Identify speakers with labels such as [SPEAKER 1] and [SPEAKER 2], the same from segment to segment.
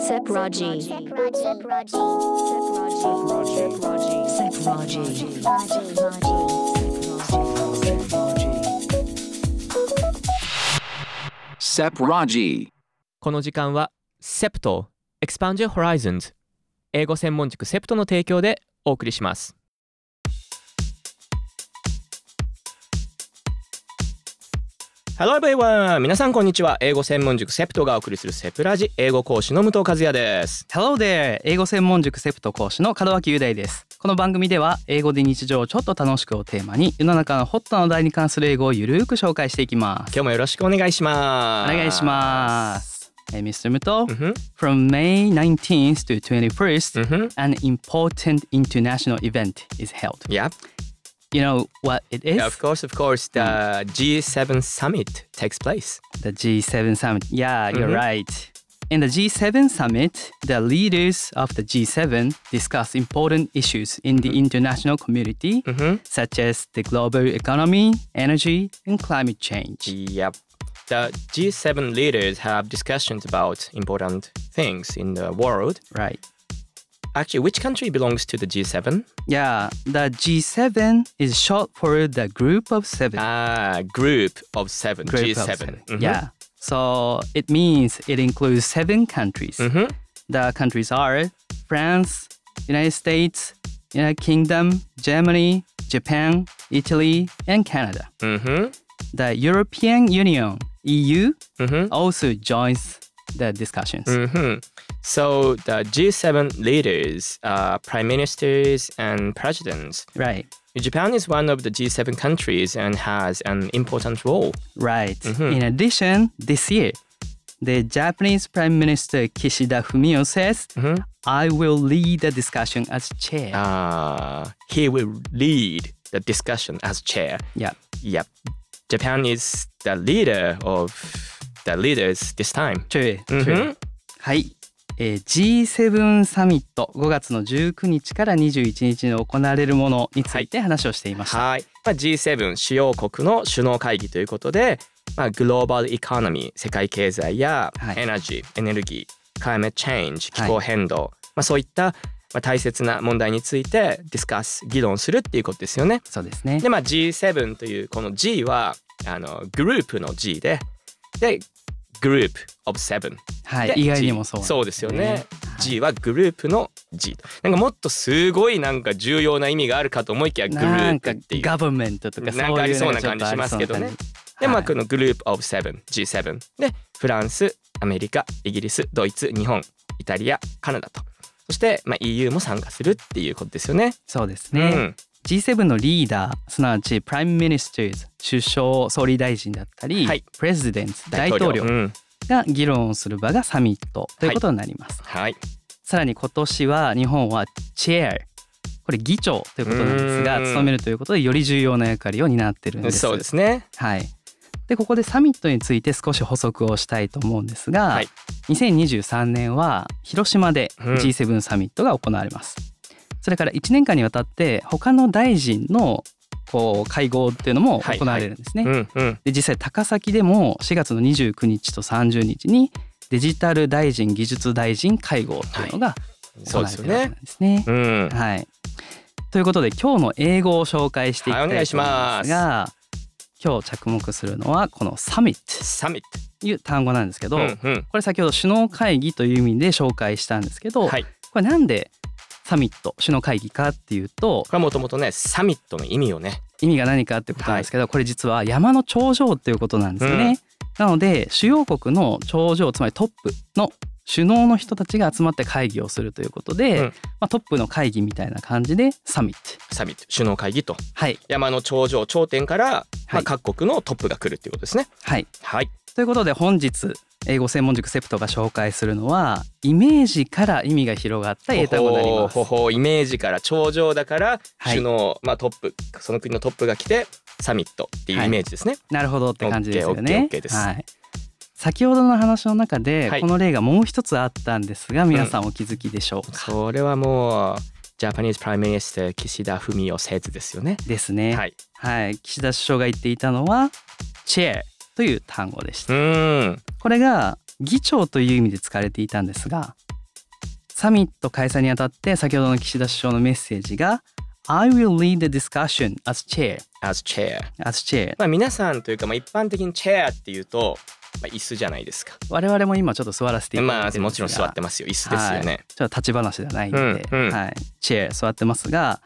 [SPEAKER 1] Sepraji. Sepraji. Sepraji.
[SPEAKER 2] Sepraji.
[SPEAKER 3] この時間は SEPT Expand Your Horizons 英語専門塾 SEPT の提供でお送りしますハロー everyone! 皆さんこんにちは。英語専門塾セプトがお送りするセプラジ英語講師の武藤和也です。
[SPEAKER 4] Hello there! 英語専門塾セプト講師の門脇雄大です。この番組では、英語で日常をちょっと楽しくをテーマに、世の中のホットな話題に関する英語をゆるーく紹介していきます。
[SPEAKER 3] 今日もよろしくお願いし
[SPEAKER 4] お
[SPEAKER 3] ます。。
[SPEAKER 4] 願いしますす。えー Mr. Muto,
[SPEAKER 3] うんふん
[SPEAKER 4] from May 19th to
[SPEAKER 3] うん
[SPEAKER 4] 21st,
[SPEAKER 3] ふん。
[SPEAKER 4] an important international event is held.
[SPEAKER 3] Yeah.
[SPEAKER 4] You know what it is?
[SPEAKER 3] Of course, of course, the G7 summit takes place.
[SPEAKER 4] The G7 summit. Yeah, you're
[SPEAKER 3] Mhm.
[SPEAKER 4] right. In the G7 summit, the leaders of the G7 discuss important issues in the international community,
[SPEAKER 3] Mm-hmm.
[SPEAKER 4] such as the global economy, energy, and climate change.
[SPEAKER 3] Yep. The G7 leaders have discussions about important things in the world.
[SPEAKER 4] Right.
[SPEAKER 3] Actually, which country belongs to the G7?
[SPEAKER 4] Yeah, the G7 is short for the Group of Seven.
[SPEAKER 3] Ah, group of seven.
[SPEAKER 4] group
[SPEAKER 3] G7.
[SPEAKER 4] Of 7
[SPEAKER 3] Mhm.
[SPEAKER 4] Yeah. So it means it includes seven countries.
[SPEAKER 3] Mhm.
[SPEAKER 4] The countries are France, United States, United Kingdom, Germany, Japan, Italy, and Canada.
[SPEAKER 3] Mhm.
[SPEAKER 4] The European Union (EU)
[SPEAKER 3] Mhm.
[SPEAKER 4] also joins the discussions.
[SPEAKER 3] Mhm. So the G7 leaders, uh, prime ministers, and presidents.
[SPEAKER 4] Right,
[SPEAKER 3] Japan is one of the G7 countries and has an important role.
[SPEAKER 4] right.
[SPEAKER 3] Mhm.
[SPEAKER 4] In addition, this year, the Japanese Prime Minister Kishida Fumio says,
[SPEAKER 3] Mhm.
[SPEAKER 4] "I will lead the discussion as chair."
[SPEAKER 3] uh, he will lead the discussion as chair.
[SPEAKER 4] yeah.
[SPEAKER 3] Yep. Japan is the leader of the leaders this time.
[SPEAKER 4] True, true.
[SPEAKER 3] うん
[SPEAKER 4] はい、えー G7 サミット5月の19日から21日に行われるものについて話をしていました。
[SPEAKER 3] はい、まあ、G7 主要国の首脳会議ということで、まあ、グローバルエコノミー世界経済や
[SPEAKER 4] はい
[SPEAKER 3] エナジー、エネルギークライメットチェンジ気
[SPEAKER 4] はい
[SPEAKER 3] 候変動、まあ、そういったまあ大切な問題についてディスカス議論するっていうことですよね。
[SPEAKER 4] そうですね
[SPEAKER 3] で、。まあ、G7 というこの G はあのグループの G ででグループ of seven
[SPEAKER 4] はい
[SPEAKER 3] で、
[SPEAKER 4] 意外にもそう。
[SPEAKER 3] G そうですよね、
[SPEAKER 4] はい
[SPEAKER 3] G はグループの G となんかもっとすごいなんか重要な意味があるかと思いきやグル
[SPEAKER 4] なん
[SPEAKER 3] ープ
[SPEAKER 4] か
[SPEAKER 3] っていう
[SPEAKER 4] ガバメントとかそう
[SPEAKER 3] なんかあ
[SPEAKER 4] い
[SPEAKER 3] り
[SPEAKER 4] う
[SPEAKER 3] そうな
[SPEAKER 4] のがち
[SPEAKER 3] 感じ
[SPEAKER 4] ょっとあ
[SPEAKER 3] し
[SPEAKER 4] り
[SPEAKER 3] ます
[SPEAKER 4] そう
[SPEAKER 3] け
[SPEAKER 4] な
[SPEAKER 3] ど
[SPEAKER 4] 感
[SPEAKER 3] ね
[SPEAKER 4] じ。
[SPEAKER 3] で、ま
[SPEAKER 4] は
[SPEAKER 3] あ
[SPEAKER 4] い
[SPEAKER 3] このグループ of seven G7 でフランスアメリカイギリスドイツ日本イタリアカナダとそして、まあ、EU も参加するっていうことですよね。
[SPEAKER 4] そうですね。G7 のリーダーすなわちプライムミニスターズ首相総理大臣だったり、
[SPEAKER 3] はい
[SPEAKER 4] プレジデント
[SPEAKER 3] うん、
[SPEAKER 4] 大統領
[SPEAKER 3] うん
[SPEAKER 4] が議論をする場がサミットということになります。
[SPEAKER 3] はい、
[SPEAKER 4] さらに今年は日本はチェアこれ議長ということなんですが
[SPEAKER 3] うーん
[SPEAKER 4] 務めるということでより重要な役割を担ってるんです。
[SPEAKER 3] そうですね。
[SPEAKER 4] はい、でここでサミットについて少し補足をしたいと思うんですが、
[SPEAKER 3] はい
[SPEAKER 4] 2023年は広島で
[SPEAKER 3] うん
[SPEAKER 4] G7 サミットが行われます。それから1年間にわたって他の大臣のこう会合っていうのも行われるんですね。
[SPEAKER 3] うんうん
[SPEAKER 4] で実際高崎でも4月の29日と30日にデジタル大臣技術大臣会合っていうのが
[SPEAKER 3] そう
[SPEAKER 4] 行
[SPEAKER 3] で
[SPEAKER 4] われ
[SPEAKER 3] す
[SPEAKER 4] て
[SPEAKER 3] よ
[SPEAKER 4] る
[SPEAKER 3] ね
[SPEAKER 4] わけな。んですね。
[SPEAKER 3] うん、
[SPEAKER 4] はい。ということで今日の英語を紹介していきたいと思いますが、今日着目するのはこのサミット
[SPEAKER 3] サミッ
[SPEAKER 4] という単語なんですけど、
[SPEAKER 3] ト。うんうん
[SPEAKER 4] これ先ほど首脳会議という意味で紹介したんですけど、
[SPEAKER 3] はい、こ
[SPEAKER 4] これなんでサミット首脳会議かっていうと
[SPEAKER 3] れはもともとねサミットの意味をね。
[SPEAKER 4] 意味が何かってことなんですけど、これ実は山の頂上っていうことなんですよね。なので主要国の頂上つまりトップの首脳の人たちが集まって会議をするということで、
[SPEAKER 3] うん
[SPEAKER 4] まあ、トップの会議みたいな感じでサミット。
[SPEAKER 3] サミット首脳会議と
[SPEAKER 4] はい、
[SPEAKER 3] 山の頂上頂点から、ま
[SPEAKER 4] は
[SPEAKER 3] あ、
[SPEAKER 4] い
[SPEAKER 3] 各国のトップが来るっていうことですね。
[SPEAKER 4] はい、
[SPEAKER 3] はい。
[SPEAKER 4] ということで本日英語専門塾セプトが紹介するのはイメージから意味が広がった英単語になります
[SPEAKER 3] ほ。ほイメージから頂上だから
[SPEAKER 4] はい
[SPEAKER 3] 首脳、まあトップその国のトップが来てサミットっていう
[SPEAKER 4] はい
[SPEAKER 3] イメージですね。
[SPEAKER 4] なるほどって感じですよね。
[SPEAKER 3] OK OK OK です
[SPEAKER 4] はい。先ほどの話の中で、
[SPEAKER 3] はい
[SPEAKER 4] この例がもう一つあったんですが皆さんお気づきでしょうか、
[SPEAKER 3] それはもうジャパニーズプライムミニスター岸田文雄セズですよね。
[SPEAKER 4] ですね、
[SPEAKER 3] はい。
[SPEAKER 4] はい、岸田首相が言っていたのは「チェア」という単語でし
[SPEAKER 3] う
[SPEAKER 4] た。
[SPEAKER 3] ーん。
[SPEAKER 4] これが議長という意味で使われていたんですがサミット開催にあたって先ほどの岸田首相のメッセージが I will lead the discussion as chair
[SPEAKER 3] as chair。
[SPEAKER 4] as chair
[SPEAKER 3] まあ皆さんというかまあ一般的にチェアっていうと、まあ、椅子じゃないですか。
[SPEAKER 4] 我々も今ちょっと座らせていただ
[SPEAKER 3] ま
[SPEAKER 4] い
[SPEAKER 3] あ
[SPEAKER 4] てる
[SPEAKER 3] もちろん座って
[SPEAKER 4] ま
[SPEAKER 3] ますよ椅子ですよね。
[SPEAKER 4] ちょっと立ち話ではないので、
[SPEAKER 3] うんうん
[SPEAKER 4] はい、チェア座ってますが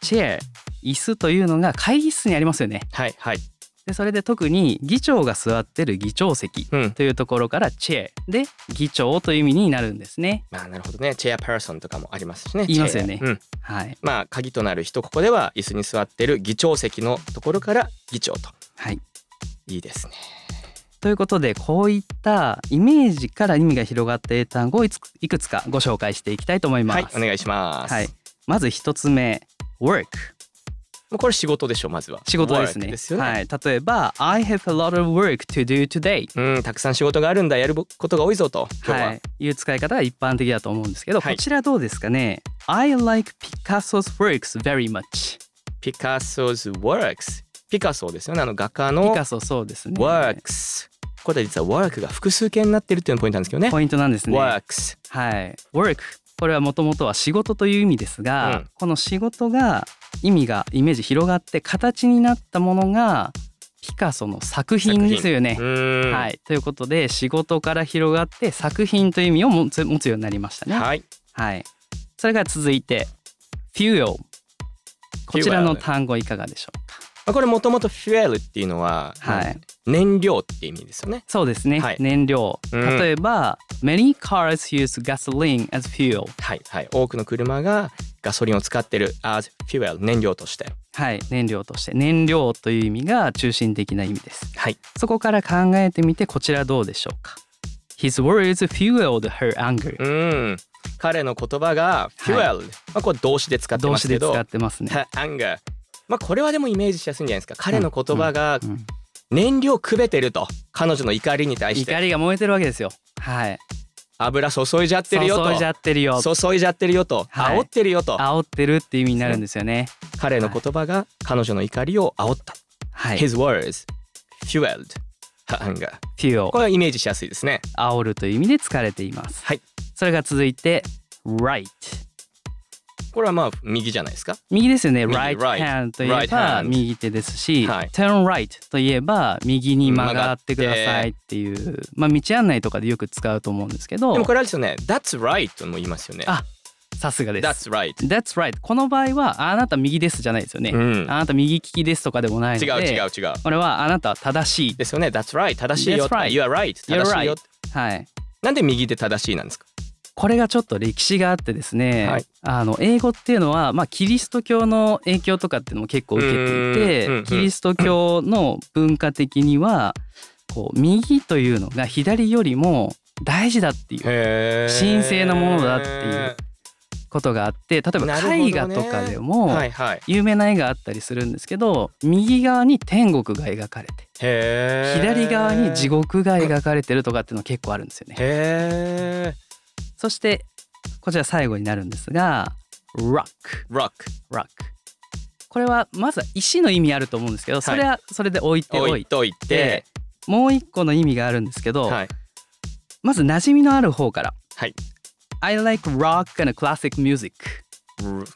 [SPEAKER 4] チェア椅子というのが会議室にありますよね
[SPEAKER 3] はいはい。
[SPEAKER 4] でそれで特に議長が座ってる議長席
[SPEAKER 3] うん。
[SPEAKER 4] というところからチェアで議長という意味になるんですね
[SPEAKER 3] まあなるほどねチェアパーソンとかもありますしね。
[SPEAKER 4] 言いますよね
[SPEAKER 3] チェアうん。
[SPEAKER 4] はい
[SPEAKER 3] まあ鍵となる人ここでは椅子に座ってる議長席のところから議長と
[SPEAKER 4] はい
[SPEAKER 3] いいですね。
[SPEAKER 4] ということでこういったイメージから意味が広がっている単語をいついくつかご紹介していきたいと思います。
[SPEAKER 3] はいお願いします。
[SPEAKER 4] はいまず一つ目 work
[SPEAKER 3] もうこれ仕事でしょまずは。
[SPEAKER 4] 仕事です
[SPEAKER 3] Work
[SPEAKER 4] ね
[SPEAKER 3] ですよね。
[SPEAKER 4] はい、例えば I have a lot of work to do today
[SPEAKER 3] うんたくさん仕事があるんだやることが多いぞと今日は。
[SPEAKER 4] い、いう使い方が一般的だと思うんですけど、
[SPEAKER 3] はい
[SPEAKER 4] こちらどうですかね I like Picasso's works very much
[SPEAKER 3] ピカソ 's works ピカソですよねあの画家
[SPEAKER 4] ピ
[SPEAKER 3] の
[SPEAKER 4] カソそうですね
[SPEAKER 3] works これは実は work が複数形になってるっていうのがポイントなんですけどね
[SPEAKER 4] ポイントなんですね
[SPEAKER 3] works
[SPEAKER 4] はい、work これはもともとは仕事という意味ですが、
[SPEAKER 3] うん
[SPEAKER 4] この仕事が意味がイメージ広がって形になったものがピカソの作品ですよね
[SPEAKER 3] う。ーん
[SPEAKER 4] はい、ということで仕事から広がって作品という意味を持つ持つようになりましたね。はい、
[SPEAKER 3] はい
[SPEAKER 4] それから続いて fuel こちらの
[SPEAKER 3] fuel
[SPEAKER 4] 単語いかがでしょうか。
[SPEAKER 3] まあこれもともと fuel っていうのは、
[SPEAKER 4] はい、
[SPEAKER 3] 燃料って意味ですよね
[SPEAKER 4] そうですね、
[SPEAKER 3] はい
[SPEAKER 4] 燃料、
[SPEAKER 3] うん
[SPEAKER 4] 例えば many cars use gasoline as fuel
[SPEAKER 3] はいはい多くの車がガソリンを使ってる as fuel 燃料として
[SPEAKER 4] はい、燃料として燃料という意味が中心的な意味です。
[SPEAKER 3] はい
[SPEAKER 4] そこから考えてみてこちらどうでしょうか。His words fueled her anger.
[SPEAKER 3] うーん彼の言葉が fuel、まあこれ動詞で使って
[SPEAKER 4] 動
[SPEAKER 3] ま
[SPEAKER 4] 詞
[SPEAKER 3] すけ
[SPEAKER 4] で使
[SPEAKER 3] ど
[SPEAKER 4] ってますね。
[SPEAKER 3] anger まあこれはでもイメージしやすいんじゃないですか彼の言葉が
[SPEAKER 4] うん
[SPEAKER 3] 燃料くべてると彼女の怒りに対して
[SPEAKER 4] 怒りが燃えてるわけですよ。はい。
[SPEAKER 3] 油注いじゃってるよと
[SPEAKER 4] 注いじゃってるよ。
[SPEAKER 3] 注いじゃってるよと、
[SPEAKER 4] はい
[SPEAKER 3] 煽ってるよと
[SPEAKER 4] 煽ってるって意味になるんですよね。
[SPEAKER 3] 彼の言葉が彼女の怒りを煽った、
[SPEAKER 4] はい。
[SPEAKER 3] His words fueled her anger
[SPEAKER 4] fuel
[SPEAKER 3] これはイメージしやすいですね
[SPEAKER 4] 煽るという意味で使われています。
[SPEAKER 3] はい。
[SPEAKER 4] それが続いて right
[SPEAKER 3] これはまあ右じゃないですか
[SPEAKER 4] 右ですよね。
[SPEAKER 3] 右
[SPEAKER 4] right
[SPEAKER 3] right
[SPEAKER 4] hand といえ
[SPEAKER 3] right hand
[SPEAKER 4] ば右手ですし、
[SPEAKER 3] はい
[SPEAKER 4] turn right といえば右に曲
[SPEAKER 3] 曲が
[SPEAKER 4] が
[SPEAKER 3] っ
[SPEAKER 4] っててくださいっていう、まあ道案内とかでよく使うと思うんですけ
[SPEAKER 3] で
[SPEAKER 4] ど
[SPEAKER 3] もこ、れあれですよね That's right も言いますよね
[SPEAKER 4] あさすがです。
[SPEAKER 3] That's right
[SPEAKER 4] That's right。この場合はあなた右ですじゃないですよね。
[SPEAKER 3] うん
[SPEAKER 4] あなた右利きですとかでもないの
[SPEAKER 3] 違う
[SPEAKER 4] で、
[SPEAKER 3] 違う違う
[SPEAKER 4] これはあなたは正しい。
[SPEAKER 3] ですよね That's right 正しいよ
[SPEAKER 4] That's right
[SPEAKER 3] You are right 正
[SPEAKER 4] You're
[SPEAKER 3] しいよ
[SPEAKER 4] right はい。
[SPEAKER 3] なんで右で正しいなんですか
[SPEAKER 4] これがちょっと歴史があってですね、
[SPEAKER 3] はい
[SPEAKER 4] あの英語っていうのは、まあ、キリスト教の影響とかっていうのも結構受けていて、
[SPEAKER 3] うんうんうん
[SPEAKER 4] キリスト教の文化的にはこう右というのが左よりも大事だっていう
[SPEAKER 3] へー
[SPEAKER 4] 神聖なものだっていうことがあって例え
[SPEAKER 3] なるほ
[SPEAKER 4] ば
[SPEAKER 3] どね
[SPEAKER 4] 絵画とかでも
[SPEAKER 3] はいはい
[SPEAKER 4] 有名な絵があったりするんですけど右側に天国が描かれて
[SPEAKER 3] へー
[SPEAKER 4] 左側に地獄が描かれてるとかっていうの結構あるんですよね。
[SPEAKER 3] へえ
[SPEAKER 4] そしてこちら最後になるんですが rock
[SPEAKER 3] rock
[SPEAKER 4] rock これはまずは石の意味あると思うんですけど、それはそれで置いてお
[SPEAKER 3] 置い
[SPEAKER 4] い
[SPEAKER 3] といて
[SPEAKER 4] てもう一個の意味があるんですけど、
[SPEAKER 3] はい
[SPEAKER 4] まず馴染みのある方から
[SPEAKER 3] はい
[SPEAKER 4] I like rock and classic music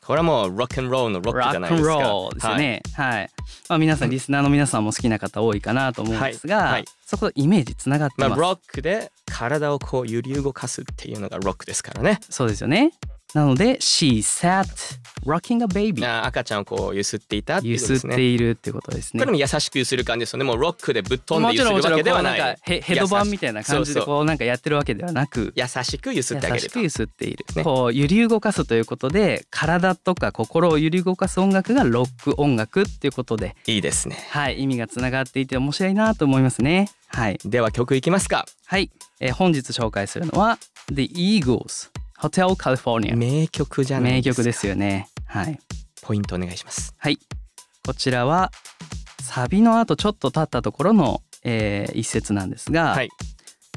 [SPEAKER 3] これはもうロックンロールのロックじゃないですか。
[SPEAKER 4] ロックンロールですよ
[SPEAKER 3] はい。
[SPEAKER 4] ねはい、まあ皆さんリスナーの皆さんも好きな方多いかなと思うんですが、
[SPEAKER 3] はいはい
[SPEAKER 4] そことイメージつながって
[SPEAKER 3] ま
[SPEAKER 4] ます、
[SPEAKER 3] あロックで体をこう揺り動かすっていうのがロックですからね。
[SPEAKER 4] そうですよねなので She sat rocking a baby
[SPEAKER 3] あー赤ちゃんをこう揺すっていたっていう
[SPEAKER 4] 揺
[SPEAKER 3] こと
[SPEAKER 4] す
[SPEAKER 3] で
[SPEAKER 4] っ
[SPEAKER 3] すね。
[SPEAKER 4] ているってことです
[SPEAKER 3] こ
[SPEAKER 4] ね
[SPEAKER 3] れも優しく揺する感じですよね。もうロックでぶっ飛ん
[SPEAKER 4] も
[SPEAKER 3] で
[SPEAKER 4] ち
[SPEAKER 3] 揺
[SPEAKER 4] ろ
[SPEAKER 3] す
[SPEAKER 4] ん
[SPEAKER 3] る
[SPEAKER 4] もち
[SPEAKER 3] わ
[SPEAKER 4] ろん
[SPEAKER 3] けで
[SPEAKER 4] こ
[SPEAKER 3] は
[SPEAKER 4] う
[SPEAKER 3] な。
[SPEAKER 4] ないんかヘヘドバンみたいな感じでこうなんかやってるわけではなく
[SPEAKER 3] 優しく揺すってあげる
[SPEAKER 4] 優し
[SPEAKER 3] と
[SPEAKER 4] く。揺すっている、
[SPEAKER 3] ね
[SPEAKER 4] こう揺り動かすということで体とか心を揺り動かす音楽がロック音楽っていうことで
[SPEAKER 3] いいですね。
[SPEAKER 4] はい意味がつながっていて面白いなと思いますねはい、
[SPEAKER 3] では曲いきますか。
[SPEAKER 4] はいえー本日紹介するのは The Eagles Hotel California
[SPEAKER 3] 名曲じゃない
[SPEAKER 4] 名
[SPEAKER 3] ですか。
[SPEAKER 4] 曲ですよねはい
[SPEAKER 3] ポイントお願いします。
[SPEAKER 4] はいこちらはサビの後ちょっと経ったところの、えー一節なんですが、
[SPEAKER 3] はい。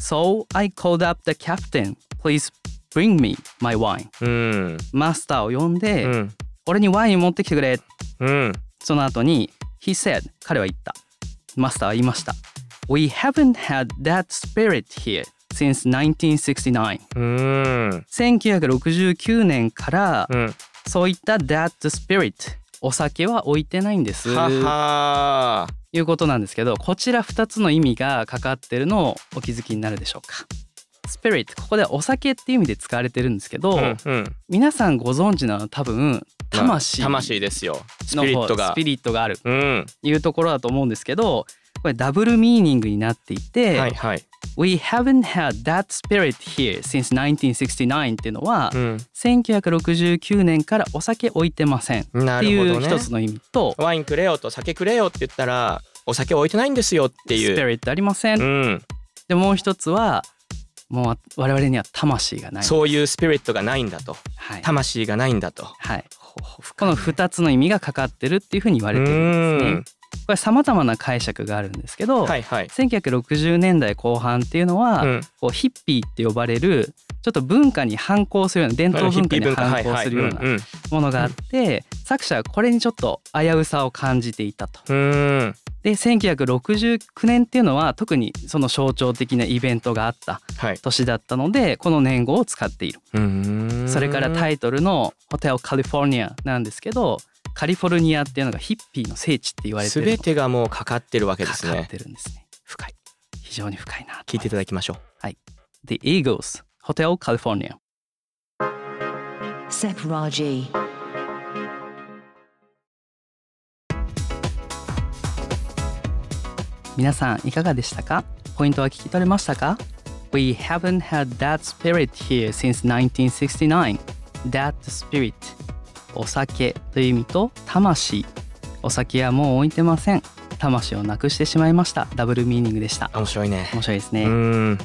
[SPEAKER 4] So I called up the captain. Please bring me my wine.
[SPEAKER 3] うん。
[SPEAKER 4] マスターを呼んで、
[SPEAKER 3] うん。
[SPEAKER 4] 俺にワイン持ってきてくれ。
[SPEAKER 3] うん。
[SPEAKER 4] その後に、He said, 彼は言った。マスターは言いました。We haven't had that spirit here since 1969。
[SPEAKER 3] うーん
[SPEAKER 4] 1969年から、
[SPEAKER 3] うん
[SPEAKER 4] そういった That Spirit お酒は置いてないんです
[SPEAKER 3] ははー
[SPEAKER 4] いうことなんですけどこちら2つの意味がかかってるのをお気づきになるでしょうか。Spirit ここではお酒っていう意味で使われてるんですけど、
[SPEAKER 3] うんうん
[SPEAKER 4] 皆さんご存知なのは多分魂
[SPEAKER 3] まあ魂ですよスピリット
[SPEAKER 4] の方
[SPEAKER 3] が
[SPEAKER 4] スピリットがある
[SPEAKER 3] うん
[SPEAKER 4] いうところだと思うんですけどこれダブルミーニングになっていて、
[SPEAKER 3] はいはい
[SPEAKER 4] We haven't had that spirit here since 1969っていうのは、
[SPEAKER 3] うん
[SPEAKER 4] 1969年からお酒置いてませんっ
[SPEAKER 3] な
[SPEAKER 4] て
[SPEAKER 3] る
[SPEAKER 4] い
[SPEAKER 3] ほ
[SPEAKER 4] う
[SPEAKER 3] どね
[SPEAKER 4] 一つの意味と、
[SPEAKER 3] ワインくれよと酒くれよって言ったらお酒置いてないんですよって
[SPEAKER 4] スピ
[SPEAKER 3] いう
[SPEAKER 4] リットありません、
[SPEAKER 3] うん
[SPEAKER 4] でもう一つはもう我々には魂がない、
[SPEAKER 3] そういうスピリットがないんだと
[SPEAKER 4] はい
[SPEAKER 3] 魂がないんだと
[SPEAKER 4] はい、この2つの意味がかかってるっていうふうに言われてるんですね。これさまざまな解釈があるんですけど、
[SPEAKER 3] うんはいはい
[SPEAKER 4] 1960年代後半っていうのは、
[SPEAKER 3] うん
[SPEAKER 4] こうヒッピーって呼ばれるちょっと文化に反抗するような伝統文化に反抗するような
[SPEAKER 3] うん
[SPEAKER 4] ものがあって作者はこれにちょっと危うさを感じていたと。
[SPEAKER 3] うんうん
[SPEAKER 4] で1969年っていうのは特にその象徴的なイベントがあった
[SPEAKER 3] はい
[SPEAKER 4] 年だったのでこの年号を使っている。
[SPEAKER 3] うん
[SPEAKER 4] それからタイトルの「ホテルカリフォルニア」なんですけどカリフォルニアっていうのがヒッピーの聖地って言われて
[SPEAKER 3] す
[SPEAKER 4] る
[SPEAKER 3] べてがもうかかってるわけで
[SPEAKER 4] か
[SPEAKER 3] す
[SPEAKER 4] かっ
[SPEAKER 3] ね
[SPEAKER 4] てるんですね。
[SPEAKER 3] 深い
[SPEAKER 4] 非常に深いなと
[SPEAKER 3] 聞いていただきましょ
[SPEAKER 4] The Eagles Hotel California
[SPEAKER 1] Sepraji.
[SPEAKER 4] 皆さんいかがでしたかポイントは聞き取れましたか ?We haven't had that spirit here since 1969 That spirit お酒という意味と魂お酒はもう置いてません魂をなくしてしまいましたダブルミーニングでした
[SPEAKER 3] う面白いね
[SPEAKER 4] 面白いですね、
[SPEAKER 3] うん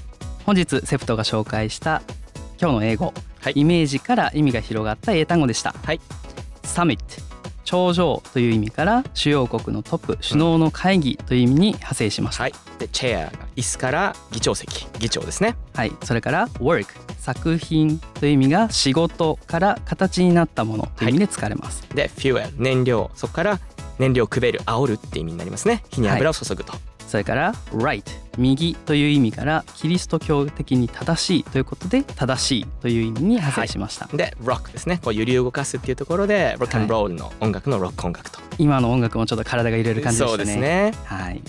[SPEAKER 4] 本日セプトが紹介した今日の英語、
[SPEAKER 3] はい
[SPEAKER 4] イメージから意味が広がった英単語でした、
[SPEAKER 3] はい
[SPEAKER 4] サミット頂上という意味から主要国のトップ首脳の会議という意味に派生しました、
[SPEAKER 3] はいでチェア椅子から議長席議長ですね
[SPEAKER 4] はい、それから work 作品という意味が仕事から形になったものという意味で使われます、
[SPEAKER 3] で fuel 燃料そこから燃料をくべる煽るって意味になりますね火に油を注ぐと、
[SPEAKER 4] それから right 右という意味からキリスト教的に正しいということで正しいという意味に派生しました、
[SPEAKER 3] で rock ですねこう揺り動かすっていうところで rock and roll の音楽のロック音楽と、
[SPEAKER 4] 今の音楽もちょっと体が揺れる感じで
[SPEAKER 3] そ
[SPEAKER 4] した
[SPEAKER 3] う
[SPEAKER 4] ね
[SPEAKER 3] ですね
[SPEAKER 4] はい、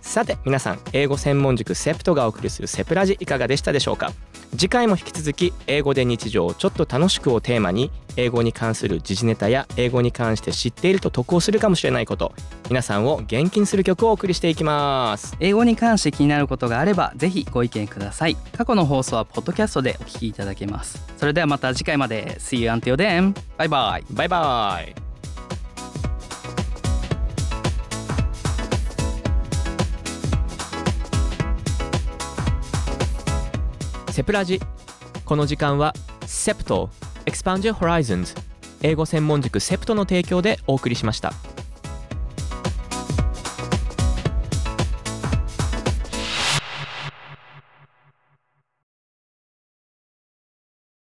[SPEAKER 3] さて皆さん英語専門塾セプトがお送りするセプラジいかがでしたでしょうか次回も引き続き英語で日常をちょっと楽しくをテーマに英語に関する時事ネタや英語に関して知っていると得をするかもしれないこと皆さんを元気にする曲をお送りしていきます
[SPEAKER 4] 英語に関して気になることがあればぜひご意見ください過去の放送はポッドキャストでお聞きいただけますそれではまた次回まで See you until then バイバイ
[SPEAKER 3] バイバイセプラジこの時間はセプト Expand Your Horizons 英語専門塾セプトの提供でお送りしました